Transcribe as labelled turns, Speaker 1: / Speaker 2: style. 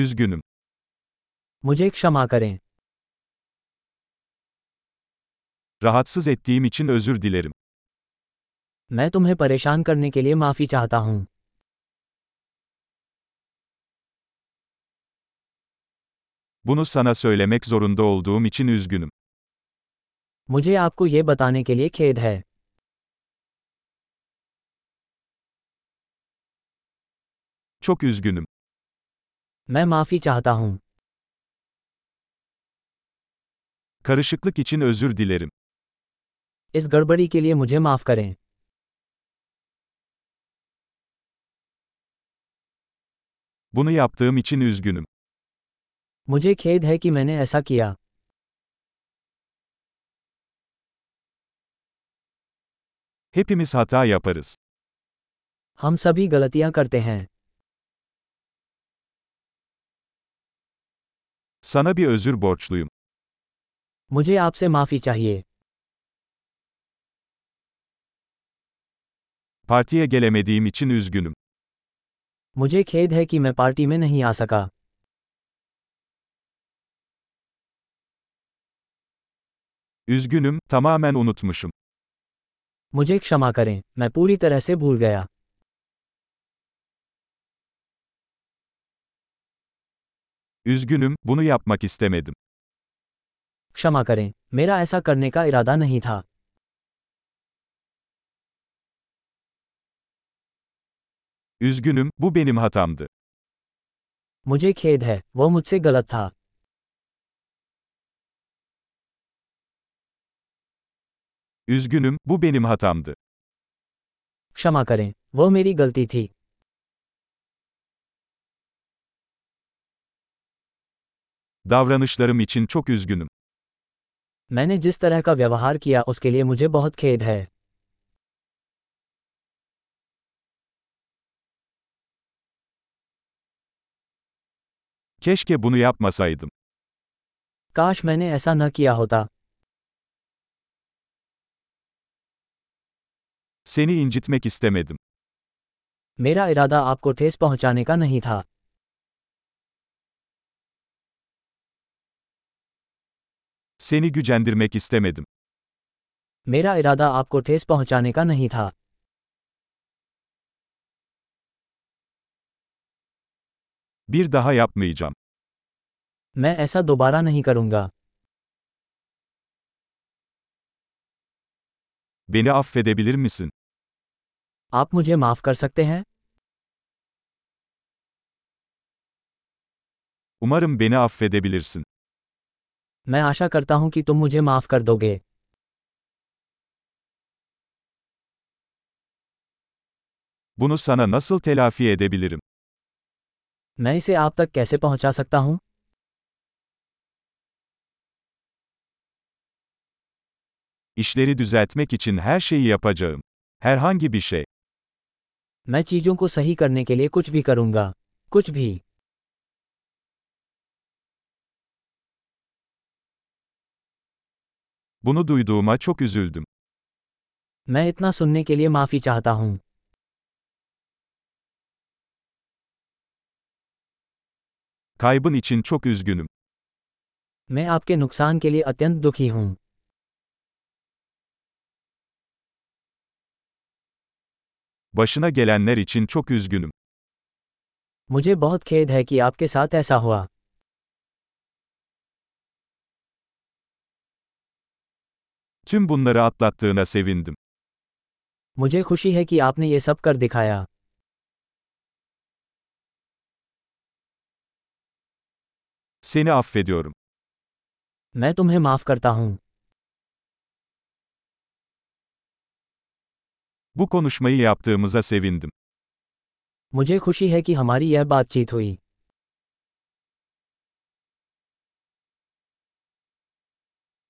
Speaker 1: Üzgünüm.
Speaker 2: मुझे क्षमा करें
Speaker 1: Rahatsız ettiğim için özür dilerim.
Speaker 2: मैं तुम्हें परेशान करने के लिए माफी चाहता हूँ
Speaker 1: Bunu sana söylemek zorunda olduğum için üzgünüm.
Speaker 2: मुझे आपको ये बताने के लिए खेद है
Speaker 1: Çok üzgünüm.
Speaker 2: मैं माफी चाहता हूँ
Speaker 1: Karışıklık için özür dilerim.
Speaker 2: इस गड़बड़ी के लिए मुझे माफ करें
Speaker 1: Bunu yaptığım için üzgünüm.
Speaker 2: मुझे खेद है कि मैंने ऐसा किया
Speaker 1: Hepimiz hata yaparız.
Speaker 2: हम सभी गलतियाँ करते हैं
Speaker 1: Sana bir özür borçluyum.
Speaker 2: मुझे आपसे माफी चाहिए
Speaker 1: Partiye gelemediğim için üzgünüm.
Speaker 2: मुझे खेद है कि मैं पार्टी में नहीं आ सका
Speaker 1: Üzgünüm, tamamen unutmuşum.
Speaker 2: मुझे क्षमा करें मैं पूरी तरह से भूल गया
Speaker 1: Üzgünüm, bunu yapmak istemedim.
Speaker 2: क्षमा करें मेरा ऐसा करने का इरादा नहीं था
Speaker 1: Üzgünüm, bu benim hatamdı.
Speaker 2: मुझे खेद है वह मुझसे गलत था
Speaker 1: Üzgünüm, bu benim hatamdı.
Speaker 2: क्षमा करें वह मेरी गलती थी
Speaker 1: Davranışlarım için çok üzgünüm.
Speaker 2: मैंने जिस तरह का व्यवहार किया उसके लिए मुझे बहुत खेद है
Speaker 1: Keşke bunu yapmasaydım.
Speaker 2: काश मैंने ऐसा न किया होता
Speaker 1: Seni incitmek istemedim.
Speaker 2: मेरा इरादा आपको ठेस पहुंचाने का नहीं था
Speaker 1: Seni gücendirmek istemedim.
Speaker 2: मेरा इरादा आपको ठेस पहुंचाने का नहीं था
Speaker 1: Bir daha yapmayacağım.
Speaker 2: मैं ऐसा दोबारा नहीं करूंगा
Speaker 1: Beni affedebilir misin?
Speaker 2: आप मुझे माफ कर सकते हैं
Speaker 1: Umarım beni affedebilirsin.
Speaker 2: मैं आशा करता हूं कि तुम मुझे माफ कर दोगे
Speaker 1: Bunu sana nasıl telafi edebilirim?
Speaker 2: मैं इसे आप तक कैसे पहुंचा सकता हूं
Speaker 1: İşleri düzeltmek için her şeyi yapacağım. Herhangi bir şey.
Speaker 2: मैं चीजों को सही करने के लिए कुछ भी करूंगा कुछ भी
Speaker 1: Bunu duyduğuma çok üzüldüm.
Speaker 2: मैं इतना सुनने के लिए माफी चाहता हूं
Speaker 1: Kaybın için çok üzgünüm.
Speaker 2: मैं आपके नुकसान के लिए अत्यंत दुखी हूं
Speaker 1: Başına gelenler için çok üzgünüm.
Speaker 2: मुझे बहुत खेद है कि आपके साथ ऐसा हुआ
Speaker 1: Tüm bunları atlattığına sevindim.
Speaker 2: मुझे खुशी है कि आपने ये सब कर दिखाया
Speaker 1: Seni affediyorum.
Speaker 2: मैं तुम्हें माफ करता हूँ
Speaker 1: Bu konuşmayı yaptığımıza sevindim.
Speaker 2: मुझे खुशी है कि हमारी यह बातचीत हुई